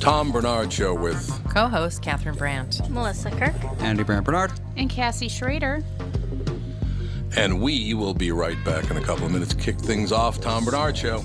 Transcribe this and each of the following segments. Tom Bernard Show with Co host Catherine Brandt. Melissa Kirk. Andy Brandt Bernard. And Cassie Schrader. And we will be right back in a couple of minutes. Kick things off, Tom Bernard Show.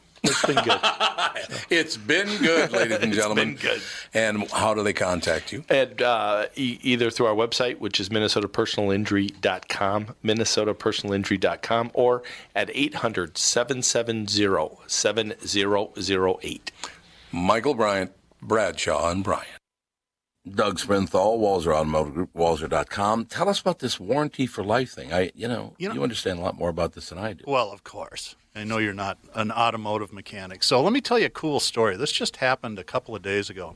It's been good. It's been good, ladies and gentlemen. been good. And how do they contact you? And uh, e- either through our website, which is minnesotapersonalinjury.com, minnesotapersonalinjury.com, or at 800-770-7008. Michael Bryant, Bradshaw, and Bryant. Doug Sprinthal, Walzer Automotive Group, Walzer.com. Tell us about this warranty for life thing. I, you know, you, You know- understand a lot more about this than I do. Well, of course. I know you're not an automotive mechanic. So let me tell you a cool story. This just happened a couple of days ago.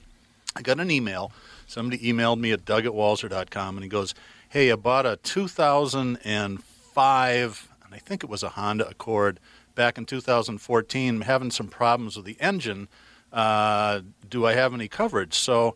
I got an email. Somebody emailed me at doug at walzer.com and he goes, Hey, I bought a 2005, and I think it was a Honda Accord back in 2014, having some problems with the engine. Uh, do I have any coverage? So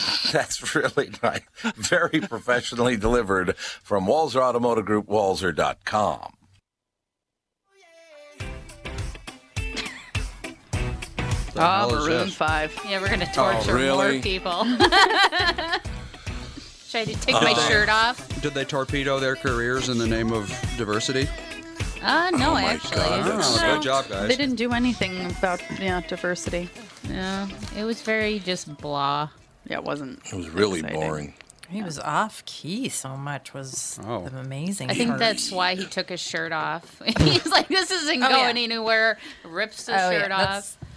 That's really nice. Very professionally delivered from Walzer Automotive Group, Walzer.com. Oh, Maroon 5. Yeah, we're gonna torture Oh, really? more people. Should I take my Uh, shirt off? Did they torpedo their careers in the name of diversity? Uh, no, my actually. God, that's- No. Oh uh, Good job, guys. They didn't do anything about yeah, diversity. No, it was very just blah. Yeah, it wasn't. It was really exciting. boring. He was off key so much was Oh. the amazing. I think part. that's why he took his shirt off. He's like, this isn't Oh, going yeah. anywhere. Rips his Oh, yeah, shirt that's- off.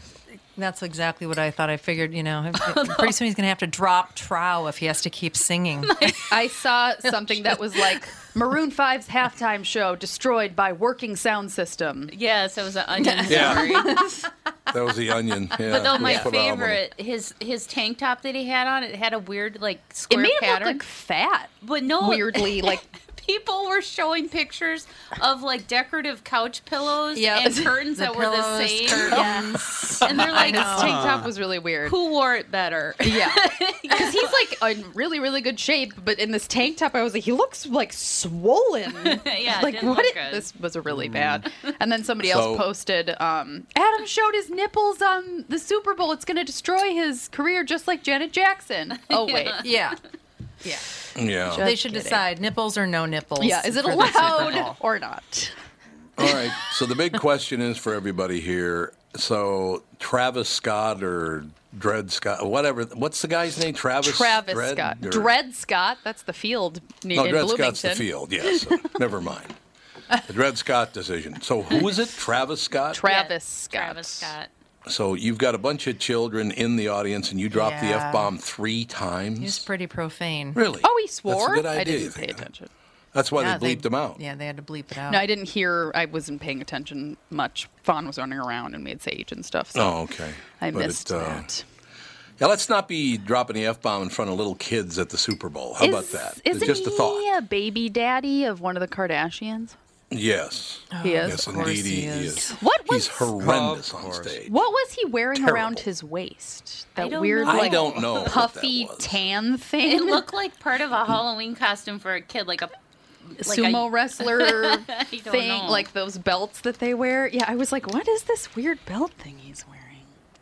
That's exactly what I thought. I figured, you know, pretty soon he's going to have to drop trow if he has to keep singing. I saw something that was like Maroon 5's halftime show destroyed by working sound system. Yes, it was an onion Yeah. story. That was the onion. Yeah, But though it was my phenomenal. favorite, his his tank top that he had on, it had a weird like It square made him pattern. look like fat. but no, Weirdly, like people were showing pictures of like decorative couch pillows Yeah. and curtains that were the pillows, same, curtains. and they're like, his tank top was really weird. who wore it better? Yeah, because he's like in really, really good shape, but in this tank top, I was like, he looks like swollen. Yeah, it like didn't what? look it- good. This was really bad. And then somebody So- else posted, um, Adam showed his nipples on the Super Bowl. It's going to destroy his career, just like Janet Jackson. Oh wait, yeah. Yeah. Yeah. Just they should kidding. decide nipples or no nipples. yeah, is it for the Super allowed Bowl. or not? All right. So the big question is for everybody here. So Travis Scott or Dred Scott, whatever. What's the guy's name? Travis. Travis Dred- Scott, or- Dred Scott. That's the field No, in Dred Bloomington. Scott's the field. Yes. Never mind. The Dred Scott decision. So who is it? Travis Scott. Travis Scott. Travis Scott. so you've got a bunch of children in the audience, and you dropped the Yeah. f bomb three times. He was pretty profane. really? Oh, he swore. That's a good idea. I you didn't pay think, huh? attention. That's why Yeah, they bleeped him out. Yeah, they had to bleep it out. No, I didn't hear. I wasn't paying attention much. Fawn was running around and made sage and stuff. So Oh, okay. I But it, missed uh, that. Yeah, let's not be dropping the f bomb in front of little kids at the Super Bowl. How about that? It's Isn't just a thought. he a baby daddy of one of the Kardashians? Yes. he is. yes, of course indeed, he he is. is. What was He's horrendous Of on course. stage. what was he wearing Terrible. around his waist? That I don't weird, know. I like don't know what that puffy was. tan thing. It looked like part of a Halloween costume for a kid, like a like sumo a- wrestler I don't thing, know. like those belts that they wear. Yeah, I was like, what is this weird belt thing he's wearing?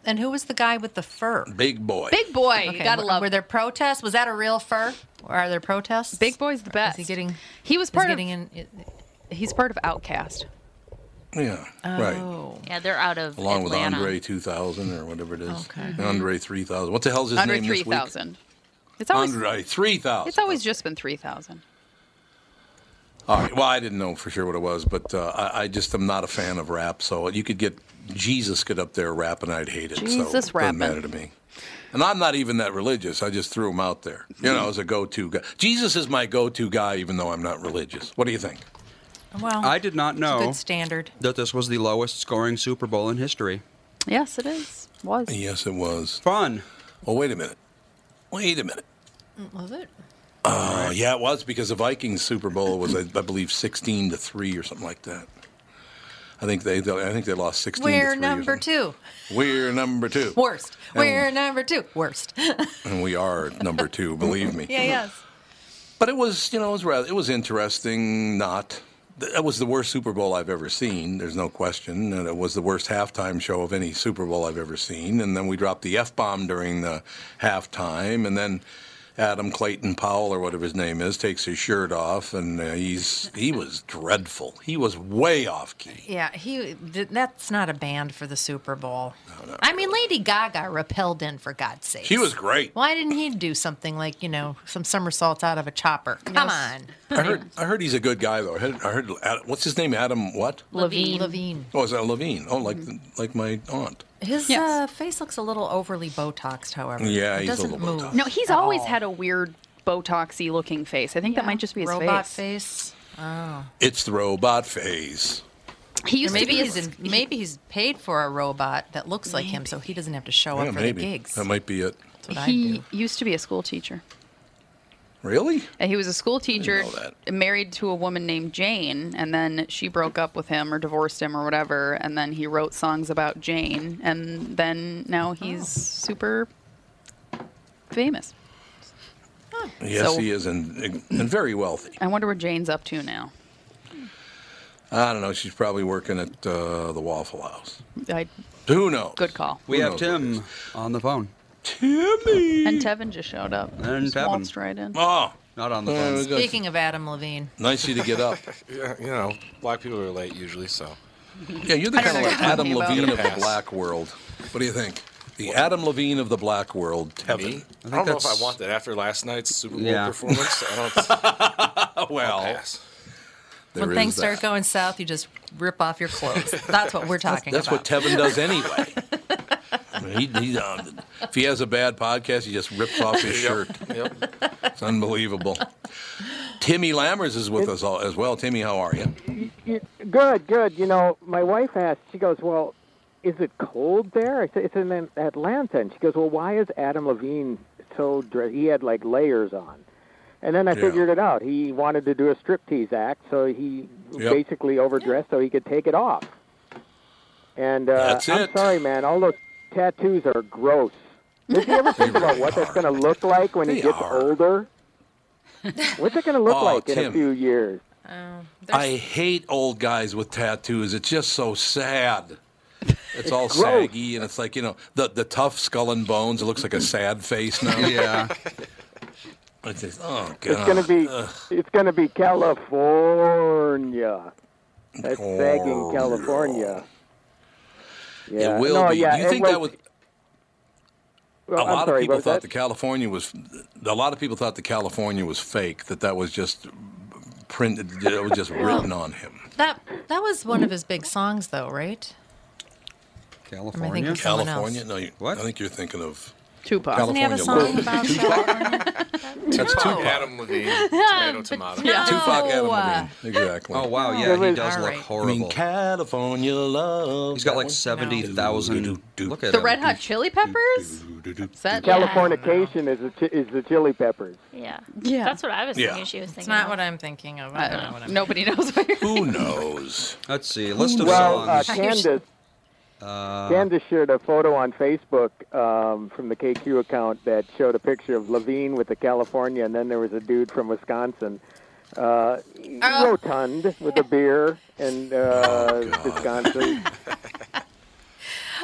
And who was the guy with the fur? Big boy. Big boy, you gotta were, love. Were there protests? Was that a real fur? Or are there protests? Big boy's the best. Is he getting? He was Is he part of. getting in? He's part of Outcast. Yeah. Right. Oh, yeah, they're out of Along with Atlanta. Andre 2000 or whatever it is. Okay. Andre 3000. What the hell's his Under name three this week? thousand. It's always Andre 3000. it's always just been three thousand. All right. Well, I didn't know for sure what it was, but uh, I, I just am not a fan of rap. So you could get Jesus get up there rapping, I'd hate it. so Jesus it rapping. doesn't matter to me. And I'm not even that religious. I just threw him out there. You know, as a go-to guy. Jesus is my go-to guy, even though I'm not religious. What do you think? well. I did not it's a know good standard. that this was the lowest scoring Super Bowl in history. Yes, it is. Was Yes, it was. Fun. Oh, wait a minute. Wait a minute. Was it? Oh, yeah, it was because the Vikings Super Bowl was, I, I believe, 16 to three or something like that. I think they, I think they lost 16 to We're three. Oh. or number something. two. We're number two. Worst. We're And- number two. Worst. yeah. And we are number two, believe me. Yes. But it was, you know, it was rather, it was interesting. Not Th- that was the worst Super Bowl I've ever seen. There's no question, and it was the worst halftime show of any Super Bowl I've ever seen. And then we dropped the f bomb during the halftime, and then Adam Clayton Powell or whatever his name is takes his shirt off, and uh, he's he was dreadful. He was way off key. Yeah. He. th- That's not a band for the Super Bowl. I mean, Lady Gaga rappelled in for God's sake. He was great. Why didn't he do something like you know some somersaults out of a chopper? Come on, I heard I heard he's a good guy though. I heard, I heard Ad- what's his name? Adam what? Levine. Levine. Oh, is that Levine? Oh, like like my aunt. His Yes. uh, face looks a little overly Botoxed, however. Yeah, it he's a doesn't little move. Botoxed. no. He's at always all. had a weird botoxy looking face. I think that might just be his robot face. face. It's the robot phase. He Or used Oh. maybe to be. he's in, maybe he's paid for a robot that looks like him, so he doesn't have to show up Yeah, for maybe. the gigs. That might be it. That's what I he do. used to be a school teacher. Really? And he was a school teacher, know that. married to a woman named Jane, and then she broke up with him or divorced him or whatever, and then he wrote songs about Jane, and then Oh. now he's super famous. Yes, So- he is, and, and very wealthy. I wonder what Jane's up to now. I don't know. She's probably working at uh, the Waffle House. I, Who knows? good call. We Who have knows what it Tim on the phone. Timmy. And Tevin just showed up. And Just Tevin. waltzed right in. Oh, Not on the Yeah, we phone. got- Speaking of Adam Levine, nice of you to get up. Yeah, you know, black people are late usually, so. Yeah, you're the I don't kind of know like what you're Adam talking about. Levine of the Pass. black world. What do you think? The Adam Levine of the black world, Tevin. Me? I, don't know if I that's- want that after last night's Super Bowl Yeah. performance. I don't. Oh, Well, pass. there when is things that. start going south, you just rip off your clothes. That's what we're talking That's about. what Tevin does anyway. I mean, he, he, uh, if he has a bad podcast, he just rips off his shirt. Yep. It's unbelievable. Timmy Lammers is with us all as well. Timmy, how are you? You, good, good. You know, my wife asked, she goes, Well, is it cold there? I said, It's in Atlanta. And she goes, Well, why is Adam Levine so dressed? He had like layers on. And then I Yeah. figured it out. He wanted to do a striptease act, so he Yep. basically overdressed so he could take it off. And uh, That's I'm it. sorry, man. All those tattoos are gross. Did you ever think about really what that's are. going to look like when They he gets are. older? What's it going to look Oh, like in Tim. a few years? Oh, I hate old guys with tattoos. It's just so sad. It's, all gross. saggy, and it's like you know the the tough skull and bones. It looks like a sad face now. Yeah. It's just, oh god. It's gonna be it's gonna be California. That's Oh, sagging California. Yeah. It will no, be. Yeah, Do you it think that was? well, a I'm lot sorry, of people what was thought that? the California was a lot of people thought the California was fake that that was just printed, it was just written on him. That that was one of his big songs, though, right? California? thinking of someone else? California? No, you, what? I think you're thinking of Tupac. Doesn't he have a California song about Love. That's Tupac. Adam Levine. Tomato, tomato. Yeah, Tupac Adam Levine. Exactly. Oh wow, yeah, he does look horrible. I mean, California love. He's got like seventy thousand. Look at The him. Red Hot Chili Peppers? Is that- Californication is the chi- is the Chili Peppers. Yeah. Yeah. That's what I was Yeah. thinking she was thinking. It's not what I'm thinking of. I don't know what I'm Nobody knows. Who knows? Let's see. List of well, uh, songs. Candace, Uh, Candace shared a photo on Facebook um, from the KQ account that showed a picture of Levine with the California, and then there was a dude from Wisconsin, uh, Oh. rotund with a beer and uh, Wisconsin.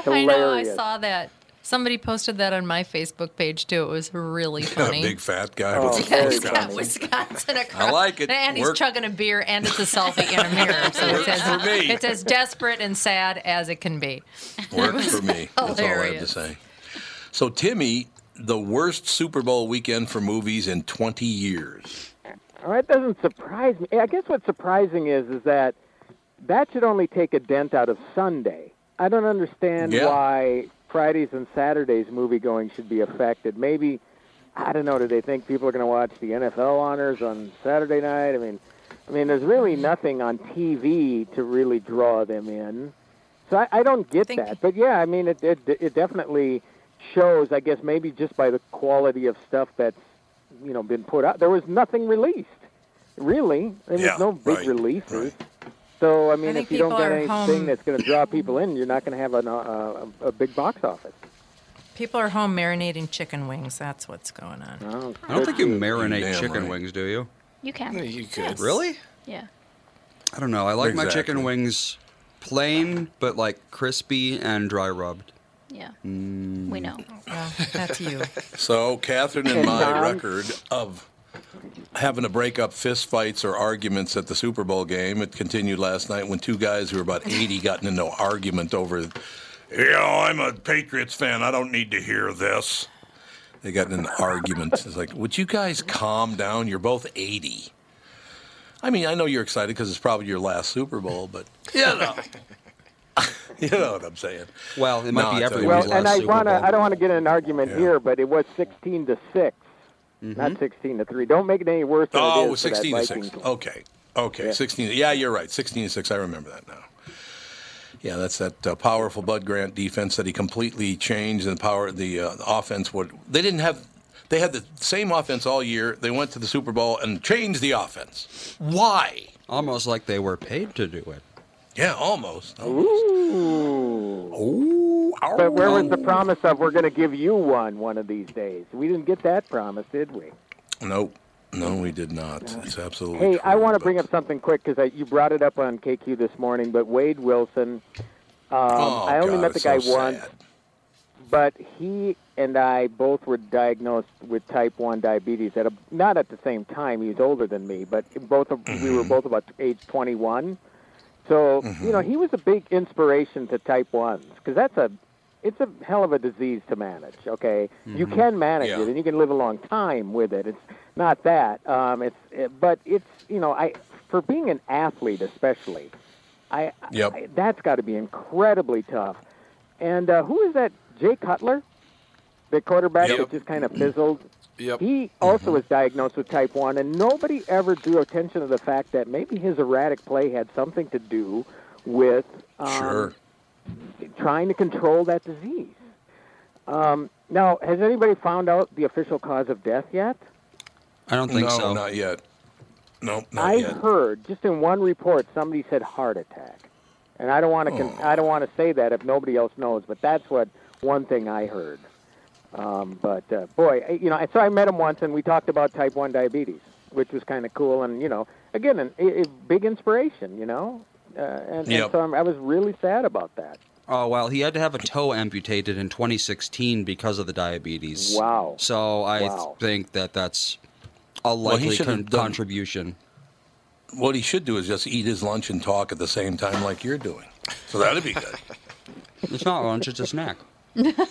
I know. I Hilarious. saw that. Somebody posted that on my Facebook page too. It was really funny. Big fat guy. Oh, with yeah, a he's got Wisconsin. Wisconsin across. I like it. And he's Work. chugging a beer, and it's a selfie in a mirror. So Works it's as, for me. it's as desperate and sad as it can be. Works for me. That's all I have to hilarious. say. So, Timmy, the worst Super Bowl weekend for movies in 20 years. All right, Oh, doesn't surprise me. I guess what's surprising is is that that should only take a dent out of Sunday. I don't understand Yeah. why Fridays and Saturdays movie going should be affected. Maybe I don't know. Do they think people are going to watch the NFL honors on Saturday night? I mean, I mean, there's really nothing on TV to really draw them in. So I, I don't get that. But yeah, I mean, it, it it definitely shows. I guess maybe just by the quality of stuff that's you know been put out. There was nothing released, really. There Yeah, was no big right, releases. So I mean, think if you don't people get are anything home- that's going to draw people in, you're not going to have an, uh, a, a big box office. People are home marinating chicken wings. That's what's going on. I don't think you marinate Damn chicken right. wings, do you? You can. You could. Really? Yeah. I don't know. I like my Exactly. chicken wings plain, but like crispy and dry rubbed. Yeah. Mm. We know. that's you. So, Catherine and And my Tom? record of having to break up fistfights or arguments at the Super Bowl game, it continued last night when two guys who were about 80 got into an argument over, you know, I'm a Patriots fan. I don't need to hear this. They got in an argument. It's like, would you guys calm down? You're both 80. I mean, I know you're excited because it's probably your last Super Bowl, but you know, you know what I'm saying. Well, it might No, be I'll tell you everyone's what. well, and I last Super want to. Bowl. I don't want to get in an argument here, but it was 16 to 6 not 16 to three. Don't make it any worse than it Mm-hmm. Oh, is for that 16 to 6. Vikings Okay. Okay. Yeah. 16. Yeah, you're right. 16 to 6. I remember that now. Yeah, that's that uh, powerful Bud Grant defense that he completely changed and power the uh, offense would they didn't have they had the same offense all year. They went to the Super Bowl and changed the offense. Why? Almost like they were paid to do it. Yeah, almost. Ooh. But where was the promise of we're going to give you one one of these days? We didn't get that promise, did we? Nope. No, we did not. It's absolutely Hey, true. I want to bring up something quick because you brought it up on KQ this morning. But Wade Wilson, um, Oh, I only God, met the it's guy so once, sad. but he and I both were diagnosed with type one diabetes at a, not at the same time. He was older than me, but both of, we Mm-hmm. were both about age twenty one. So you Mm-hmm. know, he was a big inspiration to type ones because that's a it's a hell of a disease to manage. Okay, you Mm-hmm. Mhm. can manage Yeah. it, and you can live a long time with it. It's not that. Um, it's it, but it's you know, I for being an athlete especially, I, Yep. I that's got to be incredibly tough. And uh, who is that? Jay Cutler, the quarterback Yep. that just kind of fizzled. Yep. He also was diagnosed with type 1, and nobody ever drew attention to the fact that maybe his erratic play had something to do with um, Sure. trying to control that disease. Um, now, has anybody found out the official cause of death yet? I don't think no, so. not yet. No, not I yet. heard just in one report somebody said heart attack, and I don't want to Oh. con- I don't want to say that if nobody else knows, but that's what one thing I heard. Um, but uh, boy, I- you know, I- so I met him once, and we talked about type one diabetes, which was kind of cool, and you know, again, an, a, a big inspiration, you know, uh, and, Yep. and so I'm, I was really sad about that. Oh well, he had to have a toe amputated in 2016 because of the diabetes. Wow. So I Wow. think that that's a Well, he likely should have con- done- contribution. What he should do is just eat his lunch and talk at the same time like you're doing. So that'd be good. It's not lunch; it's a snack. Very we get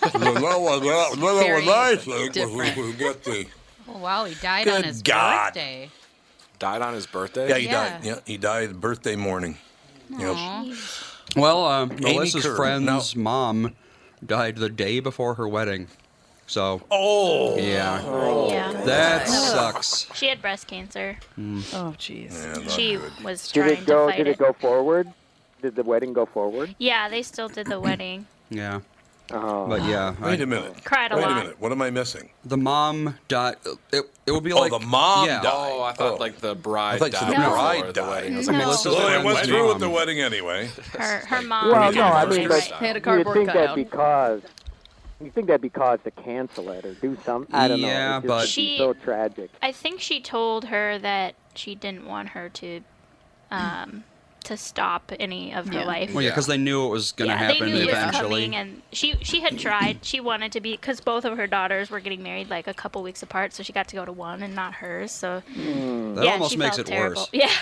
the Oh, wow, he died on Good his God. birthday. Died on his birthday? Yeah, he died. Yeah, he died birthday morning. Yep. Well, um, Amy Melissa's Kerr, friend's mom died the day before her wedding. So. Oh. Yeah. Yeah. That Ugh. sucks. She had breast cancer. Mm. Oh, jeez. she was Did trying it go? to fight Did it go forward? Did the wedding go forward? Yeah, they still did the wedding. Yeah. But yeah. Wait a minute. Cried a Wait lot. a minute. What am I missing? The mom died. It, it would be Oh, like the mom yeah. died. Oh, I thought like the bride I thought you said died. the before bride the died. wedding. I was No. like, Melissa's Well, it friend's went through with the mom. wedding anyway. Her, her mom. Well, no, I mean, Right. but They had a you would cardboard think that'd cutout. be cause. You think that'd be cause to cancel it or do something? I don't Yeah, know. It's just but- it'd be so tragic. I think she told her that she didn't want her to, um, to stop any of her Yeah. life. Well, yeah, because they knew it was going to Yeah, happen they knew it was eventually. coming, and she she had tried. She wanted to be because both of her daughters were getting married like a couple weeks apart, so she got to go to one and not hers. So That yeah, almost she makes felt it terrible. worse. Yeah,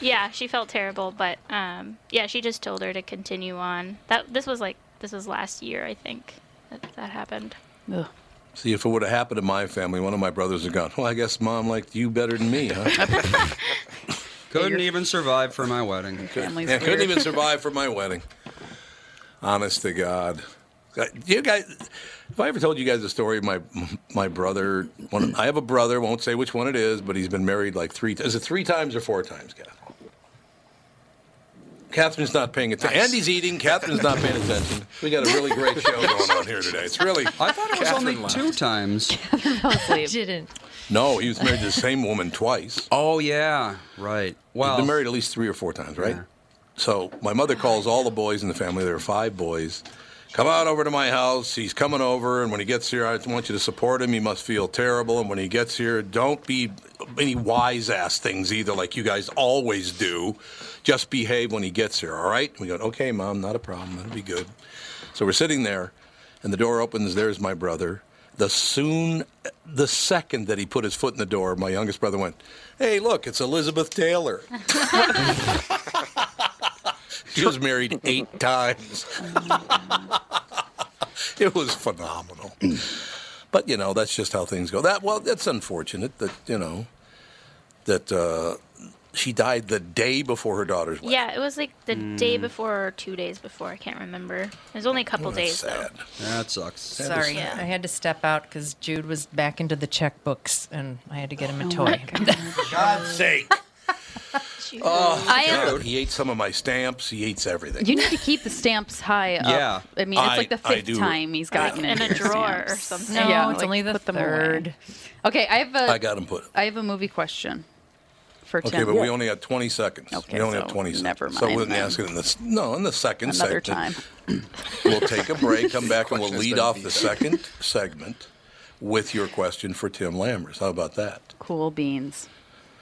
yeah, she felt terrible, but um, yeah, she just told her to continue on. That this was like this was last year, I think, that that happened. See, if it would have happened to my family, one of my brothers would have gone, well, I guess mom liked you better than me, huh? Couldn't even survive for my wedding. yeah, couldn't even survive for my wedding. Honest to God. Uh, You guys, if I ever told you guys the story of my my brother, one, I have a brother, won't say which one it is, but he's been married like three times. Is it three times or four times, Catherine? Catherine's not paying attention. Andy's eating, Catherine's not paying attention. We got a really great show going on here today. It's really. I thought it was only Catherine left. two times. didn't. No, he was married to the same woman twice. Oh yeah, right. Well, he's been married at least three or four times, right? So my mother calls all the boys in the family. There are five boys. Come out over to my house. He's coming over, and when he gets here, I want you to support him. He must feel terrible. And when he gets here, don't be any wise ass things either, like you guys always do. Just behave when he gets here, all right? And we go, okay, mom, not a problem. That'll be good. So we're sitting there, and the door opens. There's my brother. The soon, the second that he put his foot in the door, my youngest brother went, "Hey, look, it's Elizabeth Taylor." she was married eight times. it was phenomenal. But you know, that's just how things go. That well, that's unfortunate that you know that uh, she died the day before her daughter's wedding. Yeah, it was like the day Hmm. before or two days before. I can't remember. It was only a couple Oh, that's days sad. though. that sucks. Sorry, I had to step out because Jude was back into the checkbooks, and I had to get him a toy. God's sake. Oh, I am- God, he ate some of my stamps. He eats everything. You need to keep the stamps high up. Yeah. I mean, it's I- like the I fifth do. time he's Yeah. gotten In it a drawer or something. No, Yeah, it's like, only the put them away. third. Okay, I have a. I got him put. I have a movie question for Tim. Okay, but we only got 20 seconds. we only have 20 never seconds. So mind we'll then. ask it in the s- no in the second Another segment. We'll take a break, come back, and we'll Question's lead been off the vetoed. second segment with your question for Tim Lammers. How about that? Cool beans.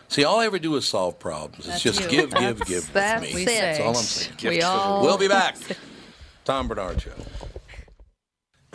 See, all I ever do is solve problems. It's That's just you. give, give, That's- give with that's me. it. That's all I'm saying. We all- will be back. Tom Bernard Show.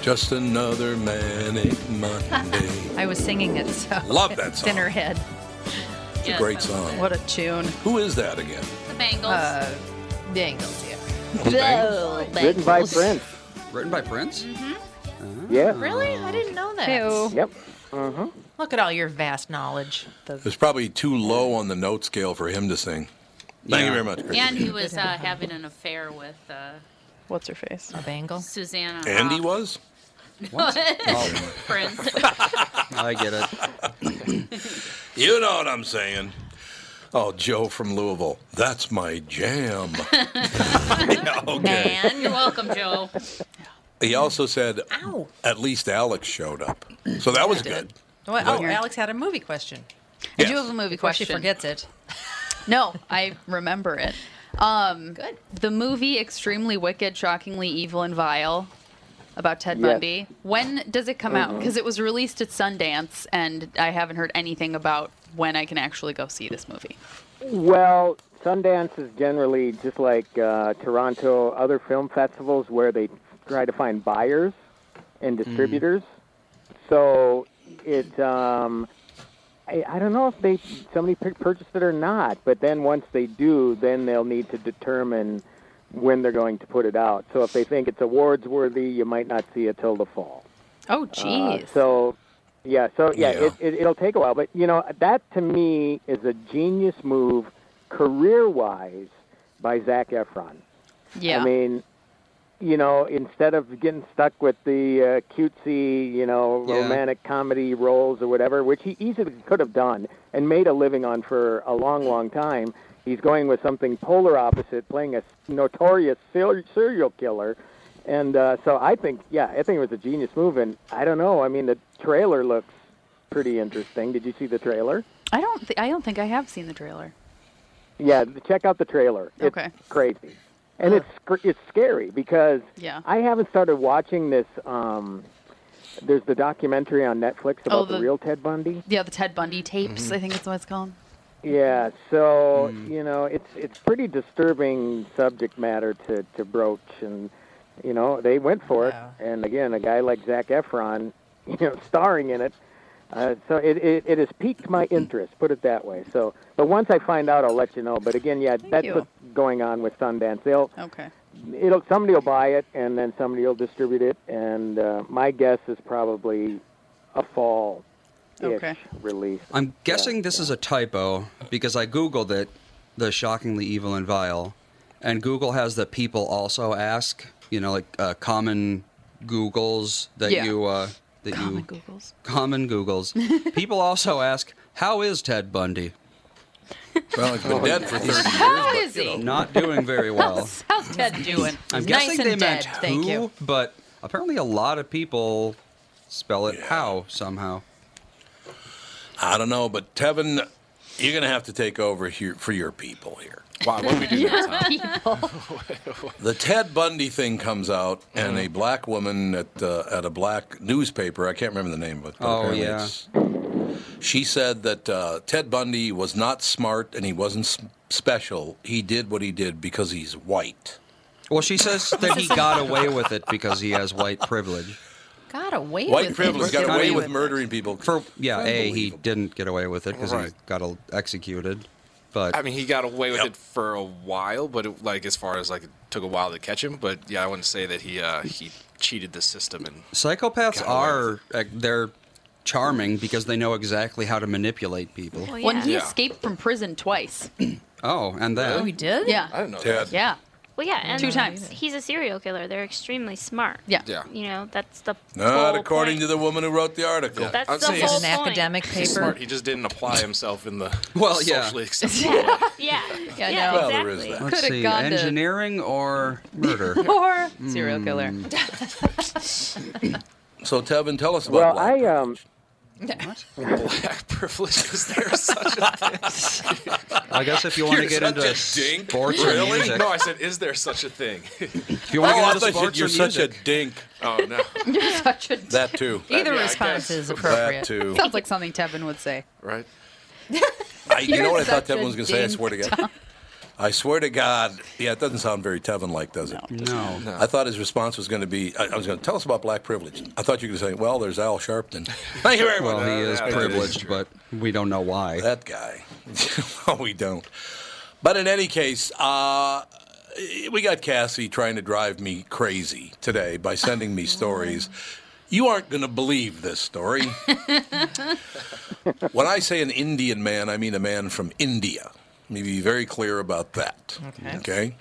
Just another manic Monday. I was singing it, so Love that song. Dinner head. It's a great song. What a tune. Who is that again? The Bengals. Uh, Bengals, yeah. Written by Prince. Written by Prince? Mm-hmm. Ah. Yeah. Really? I didn't know that. Yep. Uh-huh. Look at all your vast knowledge. Mm-hmm. The- It's probably too low on the note scale for him to sing. Thank you very much. Chris. And he was uh, having an affair with uh, What's her face? A bangle. Susanna. And he was? What? Oh. Prince. I get it. You know what I'm saying. Oh, Joe from Louisville. That's my jam. Yeah, okay. You're welcome, Joe. He also said at least Alex showed up. So that was good. What? Oh, Alex had a movie question. I do have a movie Before she question. forgets it. No, I remember it. Um, Good. The movie Extremely Wicked, Shockingly Evil and Vile about Ted Yes. Bundy. When does it come out? Mhm. Because it was released at Sundance, and I haven't heard anything about when I can actually go see this movie. Well, Sundance is generally just like uh, Toronto, other film festivals where they try to find buyers and distributors. So it, um, I, I don't know if they somebody pick, purchased it or not. But then once they do, then they'll need to determine when they're going to put it out. So if they think it's awards worthy, you might not see it till the fall. Oh, Uh, jeez. so, yeah, so yeah, Yeah. It, it, it'll take a while, but you know that to me is a genius move, career-wise, by Zach Efron. yeah. I mean, you know, instead of getting stuck with the uh, cutesy, you know, Yeah. romantic comedy roles or whatever, which he easily could have done and made a living on for a long, long time, he's going with something polar opposite, playing a notorious ser- serial killer. And uh, so I think, yeah, I think it was a genius move. And I don't know. I mean, the trailer looks pretty interesting. Did you see the trailer? I don't. Th- I don't think I have seen the trailer. Yeah, check out the trailer. It's Okay. crazy, and it's sc- it's scary because Yeah. I haven't started watching this. Um, there's the documentary on Netflix about Oh, the, the- real Ted Bundy. Yeah, the Ted Bundy tapes. Mhm. I think that's what it's called. Yeah, so you know, it's it's pretty disturbing subject matter to to broach, and you know, they went for it. And again, a guy like Zach Efron, you know, starring in it. Uh, so it, it it has piqued my interest, put it that way. So, but once I find out, I'll let you know. But again, yeah, that's you. what's going on with Sundance. They'll Okay. it'll somebody will buy it and then somebody will distribute it and uh, my guess is probably a fall Okay. release I'm guessing this is a typo because I Googled it, the shockingly evil and vile, and Google has the people also ask, you know, like uh, common Googles that Yeah. you. Uh, that Common you, Googles. Common Googles. people also ask, how is Ted Bundy? Well, he's been dead for 30 years. How but, is you he? know. Not doing very well. How's, how's Ted doing? I'm nice guessing and they dead. meant who, Thank you. but apparently a lot of people spell it how somehow. I don't know, but Tevin, you're going to have to take over here for your people here. Wow, what we do The Ted Bundy thing comes out, and Mm-hmm. a black woman at uh, at a black newspaper, I can't remember the name of it. but Oh, apparently yeah. it's- She said that uh, Ted Bundy was not smart and he wasn't s- special. He did what he did because he's white. Well, she says that he got away with it because he has white privilege. Got away White with privilege it. got away with murdering people. For yeah, a he didn't get away with it because he Right. got el- executed. But I mean, he got away with it for a while, but it, like as far as like it took a while to catch him. But yeah, I wouldn't say that he uh, he cheated the system and psychopaths are uh, they're charming because they know exactly how to manipulate people. When he escaped from prison twice. oh, and that did? Yeah. I don't know. Ted. Yeah. Well, yeah, and Two times. he's a serial killer. They're extremely smart. Yeah. Yeah. You know, that's the Not whole according point. to the woman who wrote the article. Yeah. That's I'd the say he's- whole An academic He's paper. smart. He just didn't apply himself in the Well, yeah. socially acceptable. Yeah. Yeah. yeah, no. Well, exactly. Let's Coulda see, gone to- engineering or murder? Hmm. or serial killer. So, Tevin, tell us Well, about I um, Black privilege is there such a thing? I guess if you want to You're get such into a dink. sports or really? music- No, I said, is there such a thing? If you wanna Oh, get I into thought you said sports or you're such a music. dink. Oh no. You're such a. That too. Either Yeah, I response guess. is appropriate. That too. Sounds like something Tevin would say. Right. I, you You're know what I thought such a Tevin was going to say? I dink, swear to God. I swear to God. Yeah, it doesn't sound very Tevin like, does it? No. I thought his response was going to be I, I was going to tell us about black privilege. I thought you were going to say, well, there's Al Sharpton. Thank you very much. Well, he Uh, is yeah, privileged, but we don't know why. That guy. well, we don't. But in any case, uh, we got Cassie trying to drive me crazy today by sending me stories. You aren't going to believe this story. when I say an Indian man, I mean a man from India. Let me be very clear about that. Okay. Okay.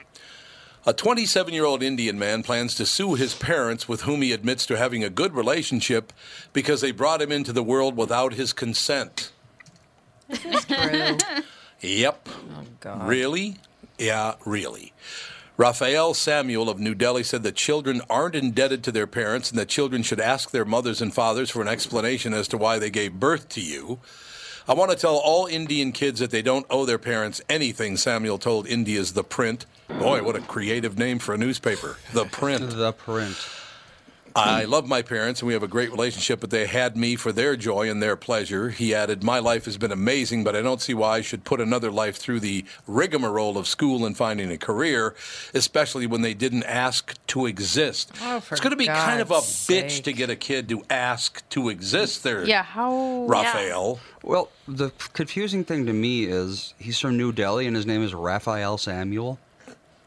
A 27 year old Indian man plans to sue his parents, with whom he admits to having a good relationship, because they brought him into the world without his consent. Yep. Oh, God. Really? Yeah, really. Raphael Samuel of New Delhi said that children aren't indebted to their parents and that children should ask their mothers and fathers for an explanation as to why they gave birth to you. I want to tell all Indian kids that they don't owe their parents anything, Samuel told India's The Print. Boy, what a creative name for a newspaper. The Print. the Print. I love my parents and we have a great relationship, but they had me for their joy and their pleasure. He added, My life has been amazing, but I don't see why I should put another life through the rigmarole of school and finding a career, especially when they didn't ask to exist. Oh, for it's going to be kind of a God's bitch to get a kid to ask to exist there. Yeah, how. Raphael. Well, the confusing thing to me is he's from New Delhi and his name is Raphael Samuel.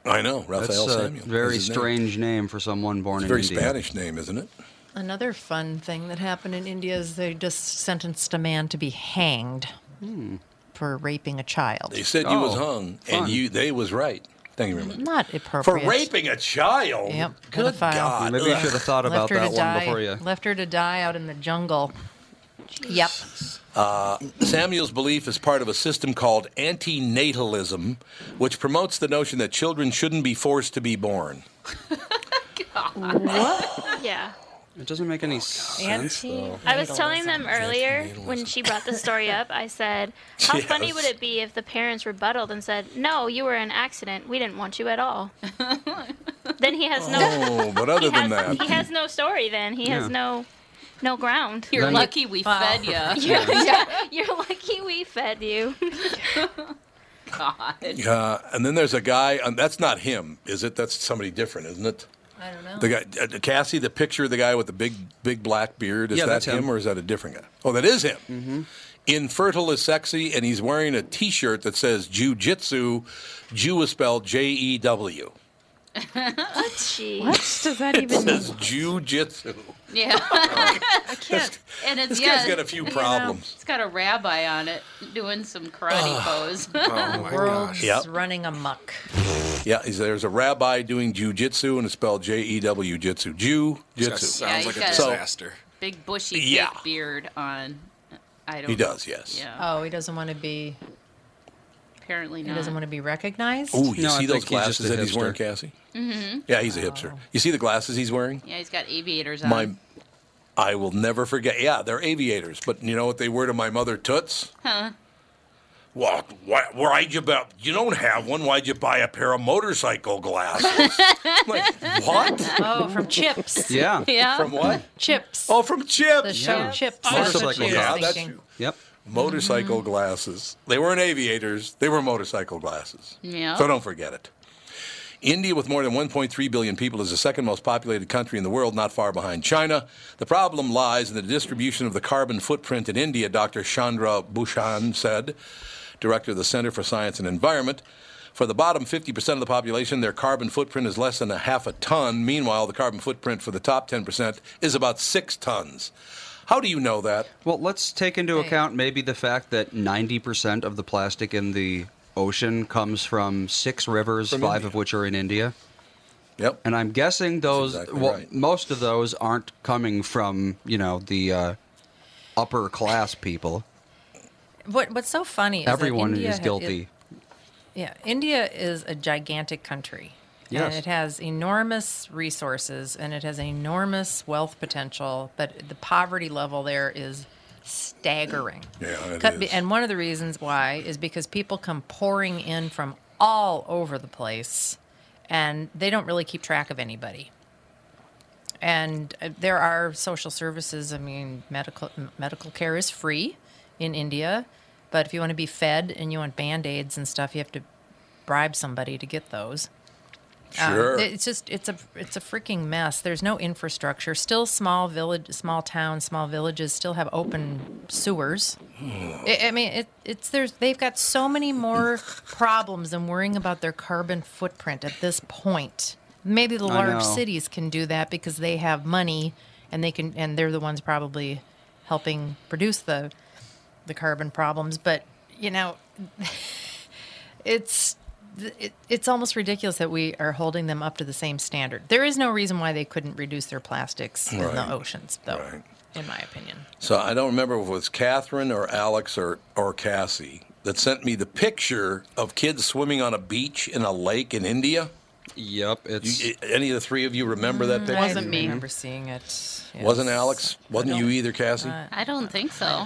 I know, Raphael That's a Samuel. Very That's his name. strange name. for someone It's born in a very India. Spanish name, isn't it? Another fun thing that happened in India is they just sentenced a man to be hanged for raping a child. Hmm. They said you was Oh, hung, and you they was right. Thank you very much. Not appropriate. For raping a child. Yep, Good pedophile. God. Maybe you Ugh. should have thought about Left her that one to die. before you. Left her to die out in the jungle. Yep. Uh, Samuel's belief is part of a system called antinatalism, which promotes the notion that children shouldn't be forced to be born. What? Yeah. It doesn't make any sense. though. I was telling them earlier when she brought the story up, I said, How funny would it be if the parents rebutted and said, No, you were an accident. We didn't want you at all. then he has no Oh, but other than that, he has no story then. He Yeah. has no no ground. You're Then- lucky we fed ya. You're, Yeah. yeah, you're lucky we fed you. God. uh, and then there's a guy, and that's not him, is it? That's somebody different, isn't it? I don't know. The guy, uh, Cassie, the picture of the guy with the big, big black beard, is Yeah, that that's him, him. Mm-hmm. or is that a different guy? Oh, that is him. Infertile is sexy, and he's wearing a t shirt that says jujitsu. Jew is spelled J E W. Jeez. What does that It even says jujitsu. Yeah. I can't. And it's This yeah, guy's got a few you know, problems. it's got a rabbi on it doing some karate pose. Oh, my World's gosh. Yep. running amok. Yeah, is- there's a rabbi doing jujitsu, and it's spelled J E W jitsu. Jew That jitsu. sounds Yeah, like a you gotta- disaster. Oh, Big bushy thick Yeah. beard on. I don't. He does, yes. Yeah. Oh, he doesn't want to be. Apparently He doesn't want to be recognized. Ooh, you No, I see those think he's just glasses a that he's wearing, hipster. Cassie? Oh. Mm-hmm. Yeah, he's a hipster. You see the glasses he's wearing? Yeah, he's got aviators on. My, I will never forget. Yeah, they're aviators, but you know what they were to my mother, Toots? Huh. Well, why, why'd you buy? You don't have one. Why'd you buy a pair of motorcycle glasses? what? Oh, from chips. Yeah. Yeah. From what? Chips. Oh, from chips. The show chips. Mm-hmm. Most That's of what like- she was yeah, that's thinking. Yep. Motorcycle glasses. They weren't aviators. They were motorcycle glasses. Yeah. So don't forget it. India, with more than 1.3 billion people, is the second most populated country in the world, not far behind China. The problem lies in the distribution of the carbon footprint in India, Dr. Chandra Bhushan said, director of the Center for Science and Environment. For the bottom 50% of the population, their carbon footprint is less than a half a ton. Meanwhile, the carbon footprint for the top 10% is about six tons. How do you know that? Well, let's take into account maybe the fact that 90% of the plastic in the ocean comes from six rivers, From five India. of which are in India. Yep. And I'm guessing those, exactly well, right. most of those aren't coming from, you know, the uh, upper class people. What What's so funny is that Everyone India is ha- guilty. Yeah, India is a gigantic country. Yes. And it has enormous resources and it has enormous wealth potential, but the poverty level there is staggering. Yeah, it Cut- is. And one of the reasons why is because people come pouring in from all over the place and they don't really keep track of anybody. And uh, there are social services. I mean, medical m- medical care is free in India, but if you want to be fed and you want band aids and stuff, you have to bribe somebody to get those. Um, Sure. it's just it's a it's a freaking mess. There's no infrastructure. Still, small village, small towns, small villages still have open sewers. I, I mean, it, it's there's they've got so many more problems than worrying about their carbon footprint at this point. Maybe the I large know. cities can do that because they have money and they can and they're the ones probably helping produce the the carbon problems. But you know, it's it, it's almost ridiculous that we are holding them up to the same standard. There is no reason why they couldn't reduce their plastics in Right. the oceans, though, in my opinion. So I don't remember if it was Catherine or Alex or, or Cassie that sent me the picture of kids swimming on a beach in a lake in India. Yep, it's any of the three of you remember that picture? I remember seeing it. Mm, yes. Wasn't Alex? Wasn't you either, Cassie? Uh, I don't think so.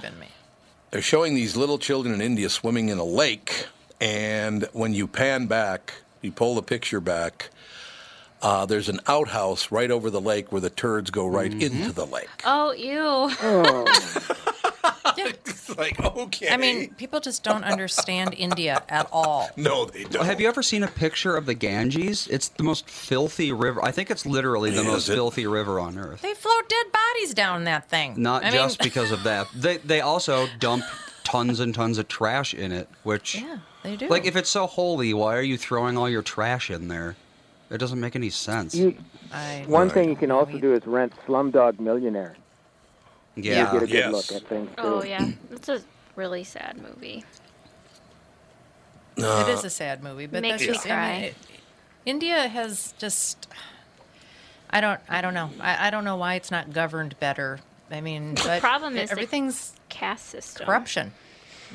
They're showing these little children in India swimming in a lake, and when you pan back, you pull the picture back. Uh, there's an outhouse right over the lake where the turds go right into the lake. Oh, ew. Oh. like, okay. I mean, people just don't understand India at all. No, they don't. Have you ever seen a picture of the Ganges? It's the most filthy river. I think it's literally the Is most it? filthy river on earth. They float dead bodies down that thing. Not I mean, just because of that. They they also dump tons and tons of trash in it, which Yeah, they do. like if it's so holy, why are you throwing all your trash in there? It doesn't make any sense. You, one thing you can also do is rent Slumdog Millionaire. You Yeah. get a good Yes. look at things. Oh, too. yeah. That's a really sad movie. it is a sad movie, but Makes that's me just I mean, cry. it- India has just I don't I don't know. I, I don't know why it's not governed better. I mean, The but e- problem is the everything's caste system. corruption.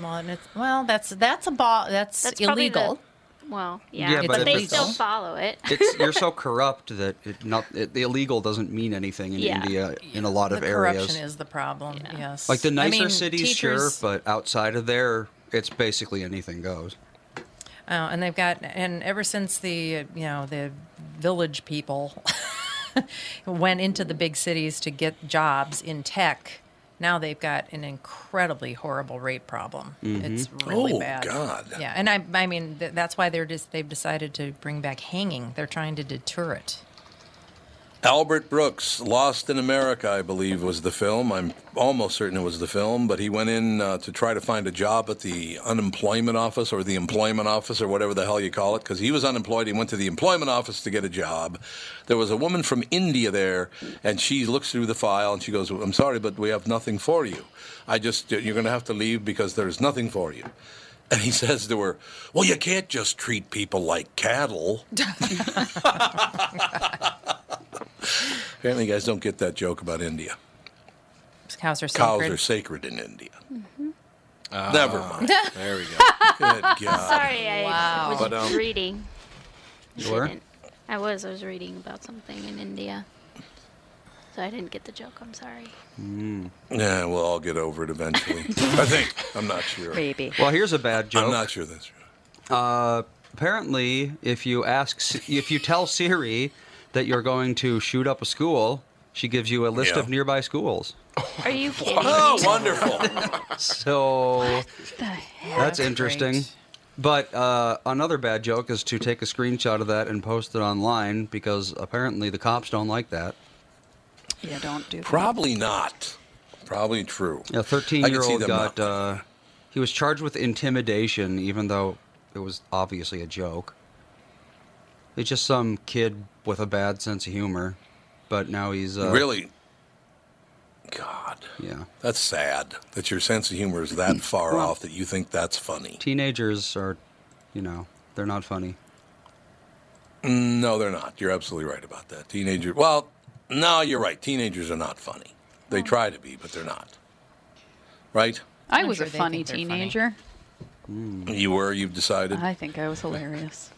Well, and it's, well, that's that's a ball that's, That's probably the- illegal. Well, Yeah, yeah, but but, if they it's- still follow it. It's you're so corrupt that it not it, the illegal doesn't mean anything in Yeah. India in a lot of the areas. corruption is the problem. Yes, like the I nicer mean, cities, sure, teachers- but outside of there, it's basically anything goes. Oh, and they've got and ever since the uh, you know the village people went into the big cities to get jobs in tech, now they've got an incredibly horrible rape problem. Mm-hmm. It's Mhm. really Oh, bad. God. Yeah, and I I mean th- that's why they're just they've decided to bring back hanging. They're trying to deter it. Albert Brooks, Lost in America, I believe, was the film. I'm almost certain it was the film, but he went in uh, to try to find a job at the unemployment office or the employment office or whatever the hell you call it, because he was unemployed. He went to the employment office to get a job. There was a woman from India there, and she looks through the file and she goes, I'm sorry, but we have nothing for you. I just, you're going to have to leave because there's nothing for you. And he says to her, Well, you can't just treat people like cattle. Apparently, you guys don't get that joke about India. Cows are Cows sacred. are sacred in India. Mhm. Never mind. There we go. Good God. Ah, Sorry, I Wow. was But, um, reading. You were? Didn't- I was. I was reading about something in India. So I didn't get the joke. I'm sorry. Mm. Yeah, we'll all get over it eventually. I think. I'm not sure. Maybe. Well, here's a bad joke. I'm not sure that's Uh, apparently, if you ask, S- if you tell Siri that you're going to shoot up a school, she gives you a list Yeah. of nearby schools. Are you kidding? Oh, me? wonderful. So that's That's interesting. great. But uh, another bad joke is to take a screenshot of that and post it online because apparently the cops don't like that. Yeah, don't do that. Probably not. Probably true. A I can see 13-year-old them got uh, he was charged with intimidation, even though it was obviously a joke. It's just some kid with a bad sense of humor, but now he's uh, Really? yeah. That's sad that your sense of humor is that far Well- off that you think that's funny. Teenagers are you know, they're not funny. Mm, No, they're not. You're absolutely right about that. Teenagers. Well, no, you're right. Teenagers are not funny. They try to be, but they're not. Right? I I'm was sure a they funny think they're funny. teenager. You were. You've decided. I think I was hilarious.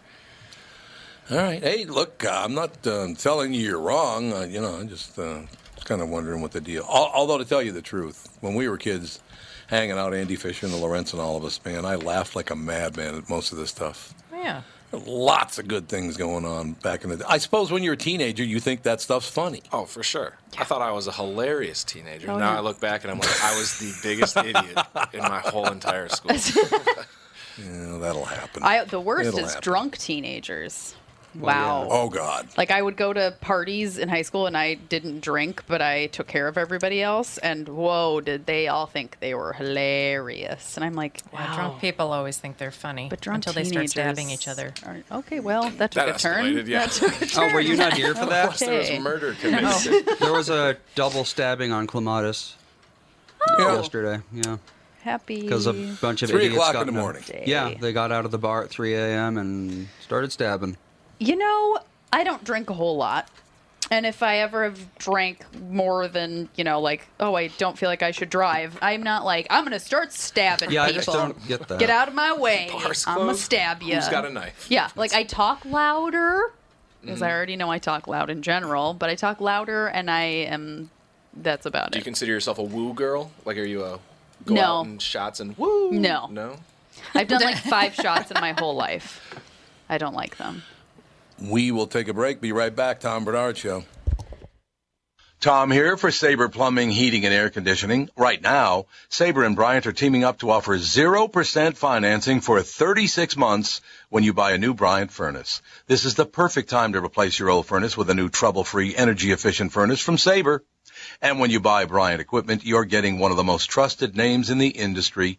All right. Hey, look. Uh, I'm not uh, telling you you're wrong. Uh, you know, I'm just uh, kind of wondering what the deal. Al- although to tell you the truth, when we were kids, hanging out, Andy Fisher and the Lawrence and all of us, man, I laughed like a madman at most of this stuff. Yeah. Lots of good things going on back in the day. I suppose when you're a teenager, you think that stuff's funny. Oh, for sure. I thought I was a hilarious teenager. Oh, now yeah. I look back and I'm like, I was the biggest idiot in my whole entire school. yeah, that'll happen. I the worst It'll is happen. drunk teenagers. Wow. Oh God. Like I would go to parties in high school and I didn't drink, but I took care of everybody else. And whoa, did they all think they were hilarious? And I'm like, wow. Yeah, drunk people always think they're funny Oh. But drunk until they start stabbing teenagers each other. are- okay, well that took That a turn. escalated, yeah. That took a Oh, turn. were you not here for that? Okay. Oh. there was a double stabbing on Clematis Oh. yesterday. Yeah. Happy. Because a bunch of Three idiots o'clock got in the in a- morning. Yeah, they got out of the bar at 3 a.m. and started stabbing. You know, I don't drink a whole lot. And if I ever have drank more than, you know, like, oh, I don't feel like I should drive, I'm not like, I'm going to start stabbing Yeah, I people. just don't get that. Get out of my way. Bars I'm going to closed. stab you. Who's got a knife? Yeah, like I talk louder because I Mhm. already know I talk loud in general, but I talk louder and I am, that's about Do it. you consider yourself a woo girl? Like, are you a go No. out and shots and woo? No. No. I've done like five shots in my whole life. I don't like them. We will take a break. Be right back. Tom Bernard Show. Tom here for Sabre Plumbing, Heating, and Air Conditioning. Right now, Sabre and Bryant are teaming up to offer 0% financing for 36 months when you buy a new Bryant furnace. This is the perfect time to replace your old furnace with a new trouble free, energy efficient furnace from Sabre. And when you buy Bryant equipment, you're getting one of the most trusted names in the industry.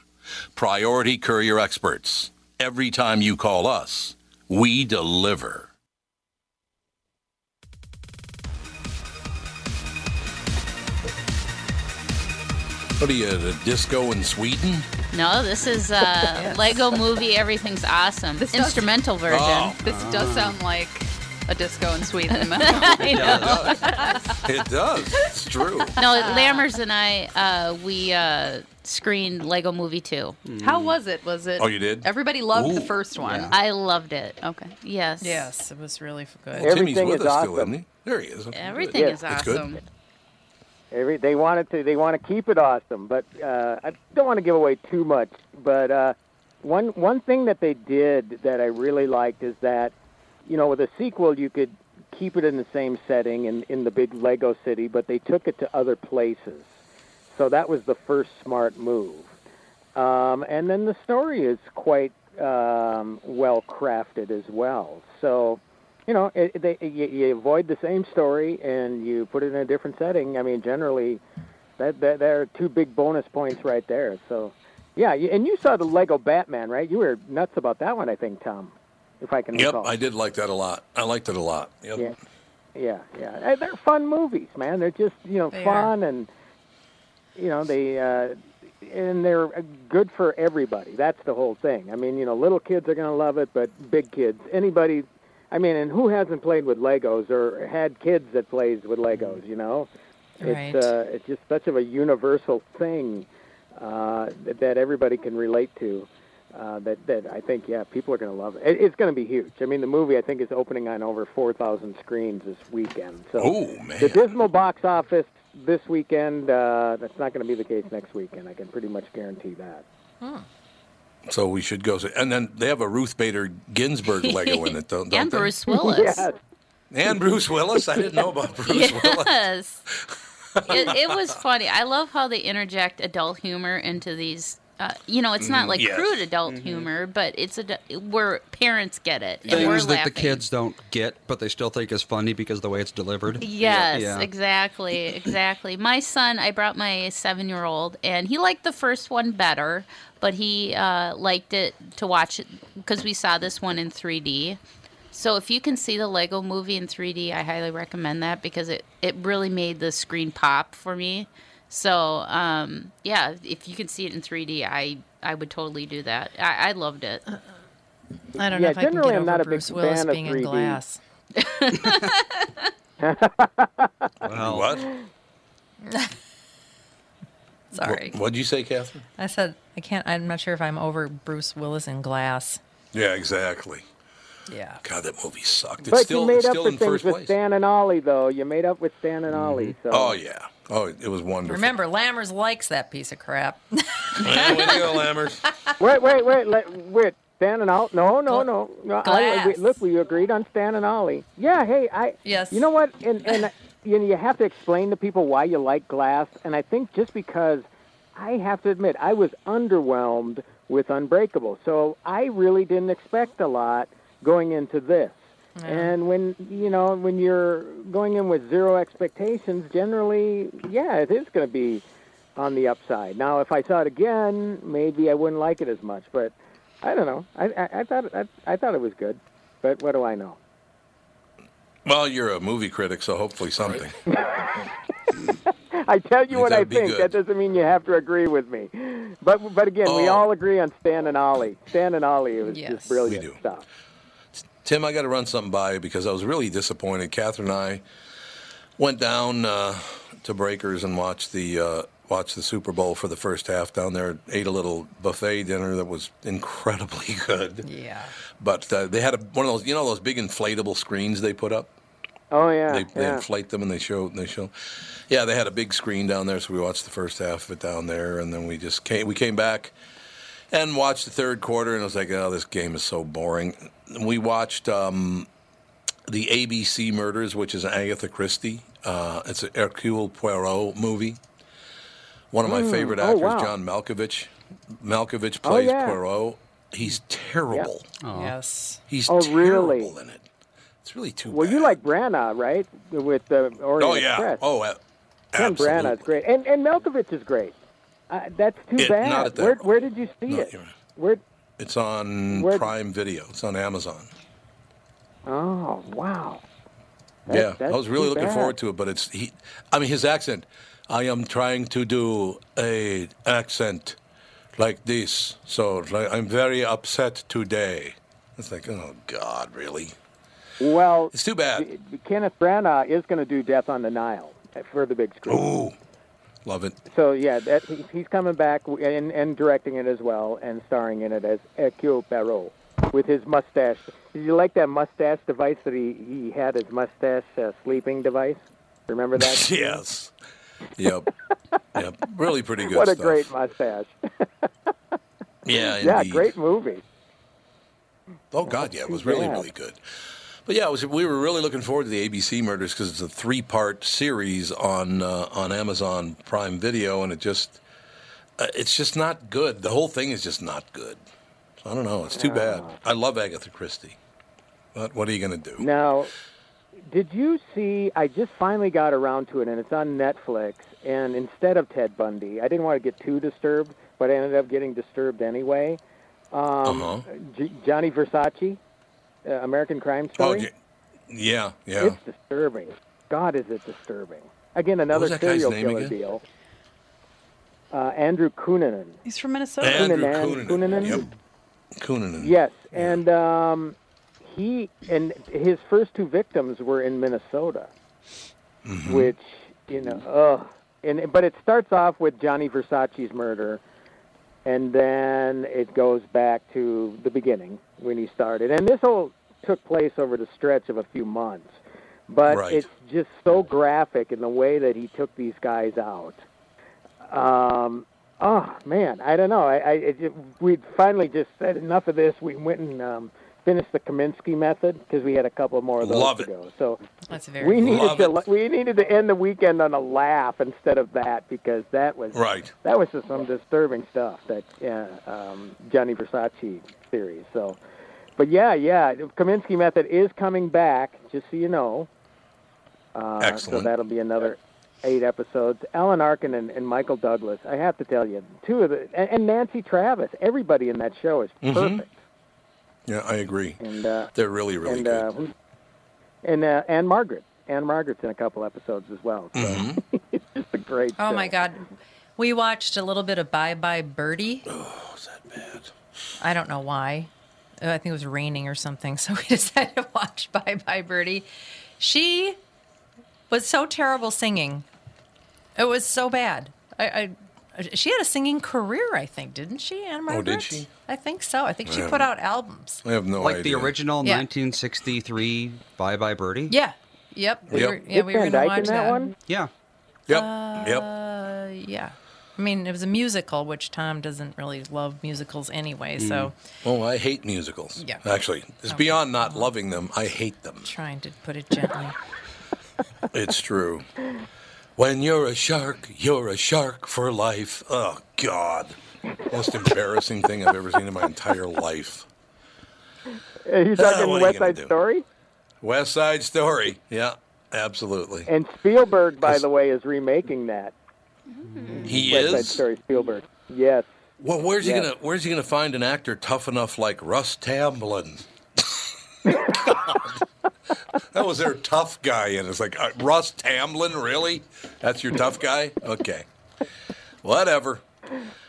Priority Courier Experts. Every time you call us, we deliver. What are you, at a disco in Sweden? No, this is uh, Yes. Lego Movie. Everything's awesome. Instrumental version. Oh. This does sound like a disco in Sweden. I know. It does. It's true. no, Lammers and I, uh, we uh, screened Lego Movie 2. How was it? Was it? Oh, you did? Everybody loved the Ooh. first one. I loved it. Okay. Yes. Yes, it was really f- good. Well, Timmy's Everything with is us awesome. still, isn't he? There he is. Everything Good. is That's good. awesome. Every, they want it to. They want to keep it awesome, but uh, I don't want to give away too much. But uh, one one thing that they did that I really liked is that, you know, with a sequel you could keep it in the same setting in in the big Lego city, but they took it to other places. So that was the first smart move. Um, and then the story is quite um, well crafted as well. So you know, it, it- they, you, you avoid the same story and you put it in a different setting. I mean, generally, that, that there are two big bonus points right there. So, yeah, you, and you saw the Lego Batman, right? You were nuts about that one, I think, Tom, if I can Yep, recall. I did like that a lot. I liked it a lot. Yep. Yeah. Yeah, yeah, Uh, they're fun movies, man. They're just you know They fun and you know they uh, and they're uh, good for everybody. That's the whole thing. I mean, you know, little kids are gonna love it, but big kids, anybody. I mean, and who hasn't played with Legos or had kids that plays with Legos? You know, Right. It's, uh, it's just such of a universal thing uh, that, that everybody can relate to. Uh, that that I think yeah, people are going to love it. it it's going to be huge. I mean, the movie I think is opening on over four thousand screens this weekend. So Oh, man. the dismal box office this weekend. Uh, that's not going to be the case next weekend. I can pretty much guarantee that. So we should go. see- And then they have a Ruth Bader Ginsburg Lego in it, don't, don't and they? Bruce Willis. Yes. And Bruce Willis. I didn't know about Bruce Willis. Yes. it, it was funny. I love how they interject adult humor into these. Uh, you know, it's not Mm, Mhm. like Yes. crude adult Mm-hmm. humor, but it's ad- where parents get it and we're Things that the laughing. kids don't get, but they still think is funny because of the way it's delivered. Yes, Yeah. exactly, exactly. My son, I brought my seven-year-old, and he liked the first one better, but he uh, liked it to watch it because we saw this one in 3D. So if you can see the Lego Movie in 3D, I highly recommend that because it it really made the screen pop for me. So um, yeah, if you can see it in 3D, I I would totally do that. I, I loved it. I don't yeah, know if I can generally get I'm not over a big Bruce Willis fan of being 3D. in glass. What? Sorry. Wha- What'd you say, Catherine? I said I can't. I'm not sure if I'm over Bruce Willis in glass. Yeah, exactly. Yeah. God, that movie sucked. It's but still, you made it's up still for in things first with place. Stan and Ollie, though. You made up with Stan and Ollie. So Oh yeah. Oh, it was wonderful. Remember, Lammers likes that piece of crap. Way to go, Lammers. wait, wait, wait, let, wait. Stan and Ollie? No, no, no. no I, we, Glass. look, we agreed on Stan and Ollie. Yeah. Hey, I. Yes. You know what? And and you know, you have to explain to people why you like Glass. And I think just because I have to admit I was underwhelmed with Unbreakable, so I really didn't expect a lot going into this. And when you know when you're going in with zero expectations, generally, yeah, it is going to be on the upside. Now, if I saw it again, maybe I wouldn't like it as much. But I don't know. I I, I thought I, I thought it was good, but what do I know? Well, you're a movie critic, so hopefully something. I tell you Means what I that'd be think. good. That doesn't mean you have to agree with me. But but again, Oh. we all agree on Stan and Ollie. Stan and Ollie it was just brilliant stuff. Tim, I got to run something by you because I was really disappointed. Catherine and I went down uh, to Breakers and watched the uh, watched the Super Bowl for the first half down there. Ate a little buffet dinner that was incredibly good. Yeah. But uh, they had a, one of those, you know, those big inflatable screens they put up. Oh yeah. They, they yeah. inflate them and they show and they show. Yeah, they had a big screen down there, so we watched the first half of it down there, and then we just came. We came back and watched the third quarter, and I was like, "Oh, this game is so boring." We watched um, the ABC Murders, which is an Agatha Christie. Uh, it's a Hercule Poirot movie. One of my Mm, favorite oh, actors, wow. John Malkovich. Malkovich plays Oh, yeah. Poirot. He's terrible. Yes. He's oh terrible really? in it. It's really too. Well, you like Branagh, right? With the Orient oh yeah. Express. Oh, a- Tim absolutely. Branagh's great, and and Malkovich is great. Uh, that's too It- bad. not at that- where where did you see it? Where? It's on Where- Prime Video. It's on Amazon. Oh wow. yeah, That- that's I was really too looking bad. forward to it, but it's he. I mean, his accent. I am trying to do a accent like this, so like, I'm very upset today. It's like, oh God, really? Well, it's too bad. Kenneth Branagh is going to do Death on the Nile for the big screen. Love it. So yeah, that, he- he's coming back and, and directing it as well, and starring in it as Hercule Poirot with his mustache. Did you like that mustache device that he, he had his mustache uh, sleeping device? Remember that? yes. Yep. yep. Really pretty good what a stuff. great mustache! yeah. yeah, indeed. great movie. Oh God, yeah, it was really bad. really good. But yeah, it was, we were really looking forward to the ABC murders because it's a three part series on uh, on Amazon Prime Video, and it just uh, it's just not good. The whole thing is just not good. So I don't know. It's too bad. I love Agatha Christie, but what are you going to do? Now, did you see? I just finally got around to it, and it's on Netflix. And instead of Ted Bundy, I didn't want to get too disturbed, but I ended up getting disturbed anyway. Um, Uh-huh. J- Johnny Versace, uh, American Crime Story. Oh, yeah, yeah. It's disturbing. God, is it disturbing? Again, another that guy's serial name killer again? deal. Uh, Andrew Cunanan. He's from Minnesota. Andrew Cunanan. Cunanan? Coonan. Yes, and um, he and his first two victims were in Minnesota, which you know, ugh. And but it starts off with Johnny Versace's murder, and then it goes back to the beginning when he started. And this all took place over the stretch of a few months, but Right. it's just so graphic in the way that he took these guys out. Um, oh man, I don't know. I, I it, it, we'd finally just said enough of this. We went and um, finished the Kaminsky method because we had a couple more of those Love to it. go. So That's very we needed Love to we needed to end the weekend on a laugh instead of that because that was Right. that was just some disturbing stuff that uh, um, Johnny Versace theory. So, but yeah, yeah, the Kaminsky method is coming back. Just so you know, uh, Excellent. So that'll be another eight episodes. Alan Arkin and, and Michael Douglas. I have to tell you, two of the and, and Nancy Travis. Everybody in that show is Mhm. perfect. Mm-hmm. Yeah, I agree. And uh, They're really, really and good. uh, who- and uh, Anne Margaret. Anne Margaret's in a couple episodes as well. So Mm-hmm. it's just a great. Oh show. my God. We watched a little bit of Bye Bye Birdie. Oh, is that bad? I don't know why. Uh, I think it was raining or something. So we decided to watch Bye Bye Birdie. She was so terrible singing. It was so bad. I, I she had a singing career, I think, didn't she, Anne Oh, Margaret? did she? I think so. I think she Yeah. put out albums. I have no like idea. the original Yeah. 1963 Bye Bye Birdie. Yeah. Yep. We Yep. were, yeah, Is we were Van going to Dyke watch in that one? Yeah. Yep. yep. Uh, yeah. I mean, it was a musical, which Tom doesn't really love musicals anyway. So Oh, I hate musicals. Yeah. Actually, it's beyond not loving them. I hate Mm. them. trying to put it gently. It's true. When you're a shark, you're a shark for life. Oh, God. Most embarrassing thing I've ever seen in my entire life. Are you talking Ah, what are you West gonna Side do? Story? West Side Story. Yeah, absolutely. And Spielberg, by the way, is remaking that. He Mm-hmm. West Side is? Story Spielberg. Yes. Well, where's he Yes. gonna Where's he gonna find an actor tough enough like Russ Tamblin? God. That was their tough guy, and it's like uh, Russ Tamblin, really? That's your tough guy? Okay, whatever.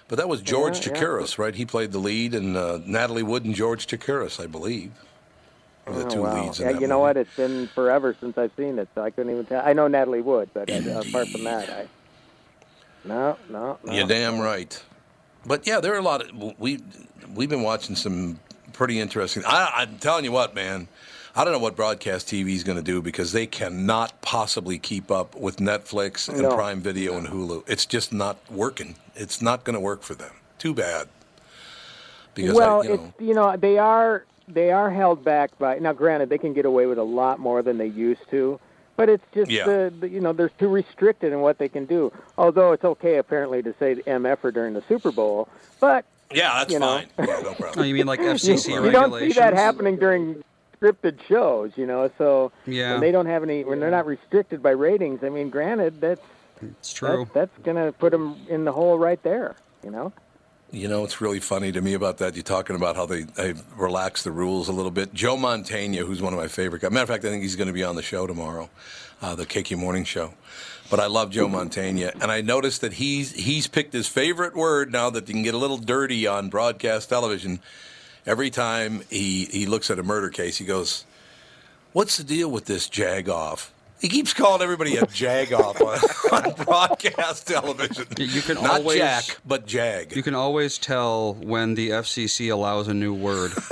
But that was George Yeah, yeah. Chakiris, right? He played the lead, and uh, Natalie Wood and George Chakiris, I believe, were the Oh, two wow. leads in yeah, that you know what? It's been forever since I've seen it, so I couldn't even tell. I know Natalie Wood, but uh, apart from that, I no, no, no. You're damn right. But yeah, there are a lot of we we've been watching some pretty interesting. I, I'm telling you what, man. I don't know what broadcast TV is going to do because they cannot possibly keep up with Netflix and No. Prime Video and Hulu. It's just not working. It's not going to work for them. Too bad. Because well, I, you know, it's you know they are they are held back by now. Granted, they can get away with a lot more than they used to, but it's just Yeah. the, the you know they're too restricted in what they can do. Although it's okay apparently to say mf'er during the Super Bowl, but yeah, that's you know. fine. Yeah, no problem. Oh, you mean like FCC you, you don't see regulations? that happening during scripted shows, you know. So Yeah. when they don't have any, when they're not restricted by ratings. I mean, granted, that's it's true. that's gonna put them in the hole right there, you know. You know, it's really funny to me about that. You're talking about how they, they relax the rules a little bit. Joe Montaigne, who's one of my favorite guys. Matter of fact, I think he's going to be on the show tomorrow, uh, the KQ Morning Show. But I love Joe Montaigne, and I noticed that he's he's picked his favorite word now that you can get a little dirty on broadcast television. Every time he he looks at a murder case, he goes, "What's the deal with this jagoff?" He keeps calling everybody a jagoff on, on broadcast television. You can Not always jack, but jag. You can always tell when the FCC allows a new word.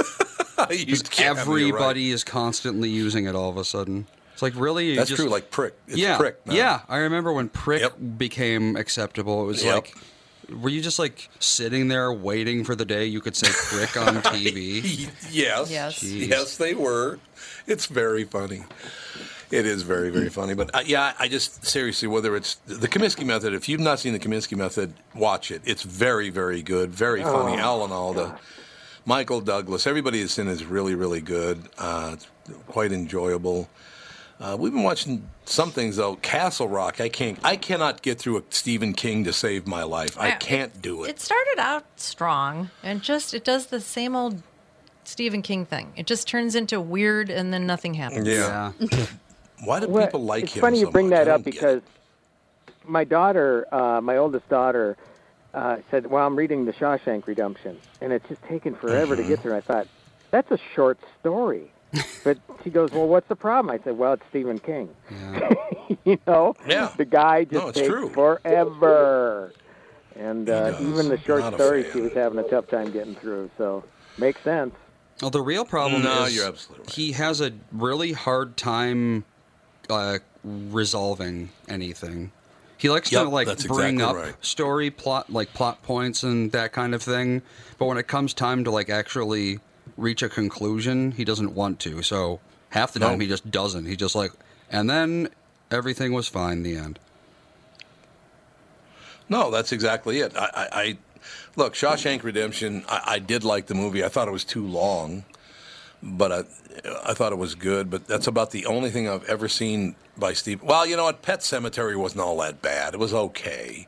You Because can't, you're right. everybody is constantly using it all of a sudden. It's like really you That's just- true, like prick. It's yeah, prick now. yeah. I remember when prick became acceptable. It was Yep. like, were you just like sitting there waiting for the day you could say prick on TV? Yes. Yes. Jeez. Yes, they were. It's very funny. It is very, very funny. But uh, yeah, I just seriously, whether it's the Kaminsky method, if you've not seen the Kaminsky method, watch it. It's very, very good, very funny. Oh, Alan Alda, Michael Douglas, everybody that's in it is really, really good. Uh, it's quite enjoyable. Uh, we've been watching some things though. Castle Rock, I can't, I cannot get through a Stephen King to save my life. I Yeah, can't do it. It started out strong and just it does the same old Stephen King thing. It just turns into weird and then nothing happens. Yeah. Why do Well, people like it's him? funny so you bring much? that I up don't get it. because my daughter, uh, my oldest daughter, uh, said, "Well, I'm reading Mm-hmm. The Shawshank Redemption," and it's just taken forever to get through. I thought that's a short story. But she goes, well, what's the problem? I said, well, it's Stephen King. you know, yeah. the guy just No, it's takes true. forever. And uh, does. even the short Not a story, she was having a tough time getting through. So makes sense. Well, the real problem No, is you're he has a really hard time uh, resolving anything. He likes Yep, to like that's bring exactly up right. story plot, like plot points and that kind of thing, but when it comes time to like actually reach a conclusion, he doesn't want to. So half the No. time he just doesn't. He just like, and then everything was fine. in The end. No, that's exactly it. I, I, I look Shawshank Redemption. I, I did like the movie. I thought it was too long, but I, I thought it was good. But that's about the only thing I've ever seen by Steve. Well, you know what? Pet Cemetery wasn't all that bad. It was okay.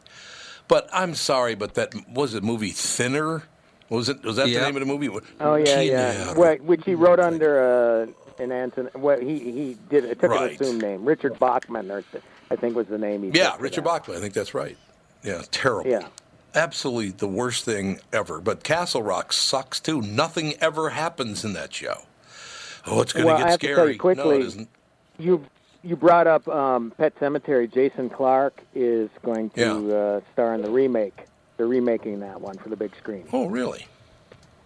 But I'm sorry, but that was the movie Thinner. Was it? Was that Yeah. the name of the movie? Oh yeah, Gee, yeah. What, which he wrote under uh, an Anton. What he he did it took Right. an assumed name, Richard Bachman, or th- I think was the name he. Yeah, took for Richard that. Bachman. I think that's right. Yeah, terrible. Yeah. Absolutely the worst thing ever. But Castle Rock sucks too. Nothing ever happens in that show. Oh, it's going to well, get I have scary. To tell you No, quickly, it isn't. you you brought up um, Pet Cemetery. Jason Clark is going to Yeah. uh, star in the remake. They're remaking that one for the big screen. Oh, really?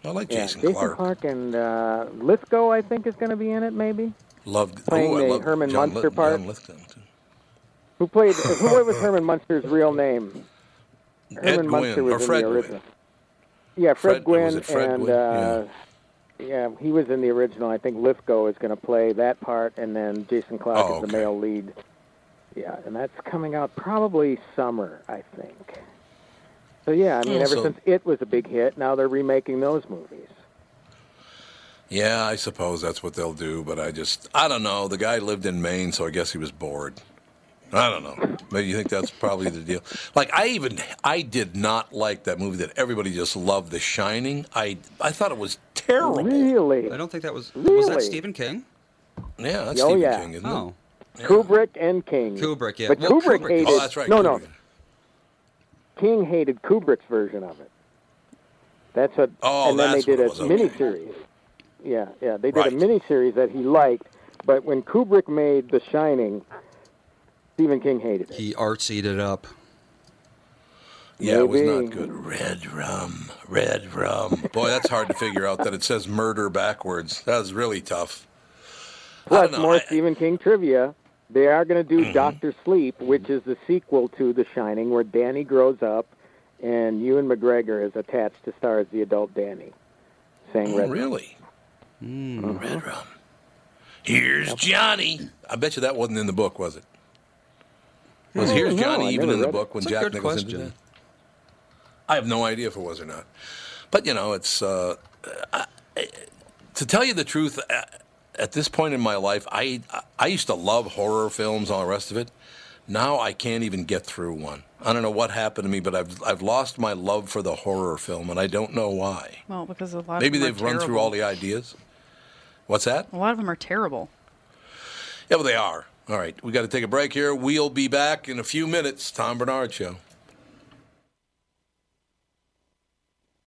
I like Yeah, Jason, Jason Clark. Clark and uh, Lithgow, I think, is going to be in it. Maybe Loved. playing oh, I the love Herman John Munster Lith- part. John Lithgow, too. who played who what was Herman Munster's real name? Herman Ed Munster Gwynn, was or in Fred the Gwynn. original. Yeah, Fred- Fred, was Gwynn it Fred and Gwynn? Uh, yeah. he was in the original. I think Lithgow is going to play that part, and then Jason Clark Oh, is the male lead. Yeah, and that's coming out probably summer, I think. So yeah, I mean, Oh, ever so- since it was a big hit, now they're remaking those movies. Yeah, I suppose that's what they'll do. But I just, I don't know. The guy lived in Maine, so I guess he was bored. I don't know. Maybe you think that's probably the deal. Like I even, I did not like that movie that everybody just loved, The Shining. I, I thought it was terrible. Really? I don't think that was was that Really? Stephen King. Yeah, that's oh Stephen yeah, King, isn't Oh, Kubrick and King. Kubrick, yeah. But Well, Kubrick, Kubrick- hated. Oh, that's right, No, no. King hated Kubrick's version of it. That's what. Oh, and then that's they did what a it was, okay. miniseries. Yeah, yeah. They did Right. a miniseries that he liked, but when Kubrick made The Shining, Stephen King hated it. He artsied it up. Yeah, it was Maybe. not good. Red rum, red rum. Boy, that's hard to figure out that it says murder backwards. That was really tough. Plus, more Stephen King trivia. They are going to Mm-hmm. do Doctor Sleep, which is the sequel to The Shining, where Danny grows up, and Ewan McGregor is attached to star as the adult Danny, saying Oh, Red Mm-hmm. Rum. really? Oh, Red rum. Here's Johnny. I bet you that wasn't in the book, was it? Was No, Here's no, Johnny I even never in the read it. book when It's a Jack good Nicholson did question. that? I have no idea if it was or not. But, you know, it's. Uh, I- I- to tell you the truth, a- at this point in my life, I, I used to love horror films, all the rest of it. Now I can't even get through one. I don't know what happened to me, but I've, I've lost my love for the horror film, and I don't know why. Well, because a lot Maybe of them they've are run through terrible. all the ideas. What's that? A lot of them are terrible. Yeah, well, they are. All right, we got to take a break here. We'll be back in a few minutes. Tom Bernard Show.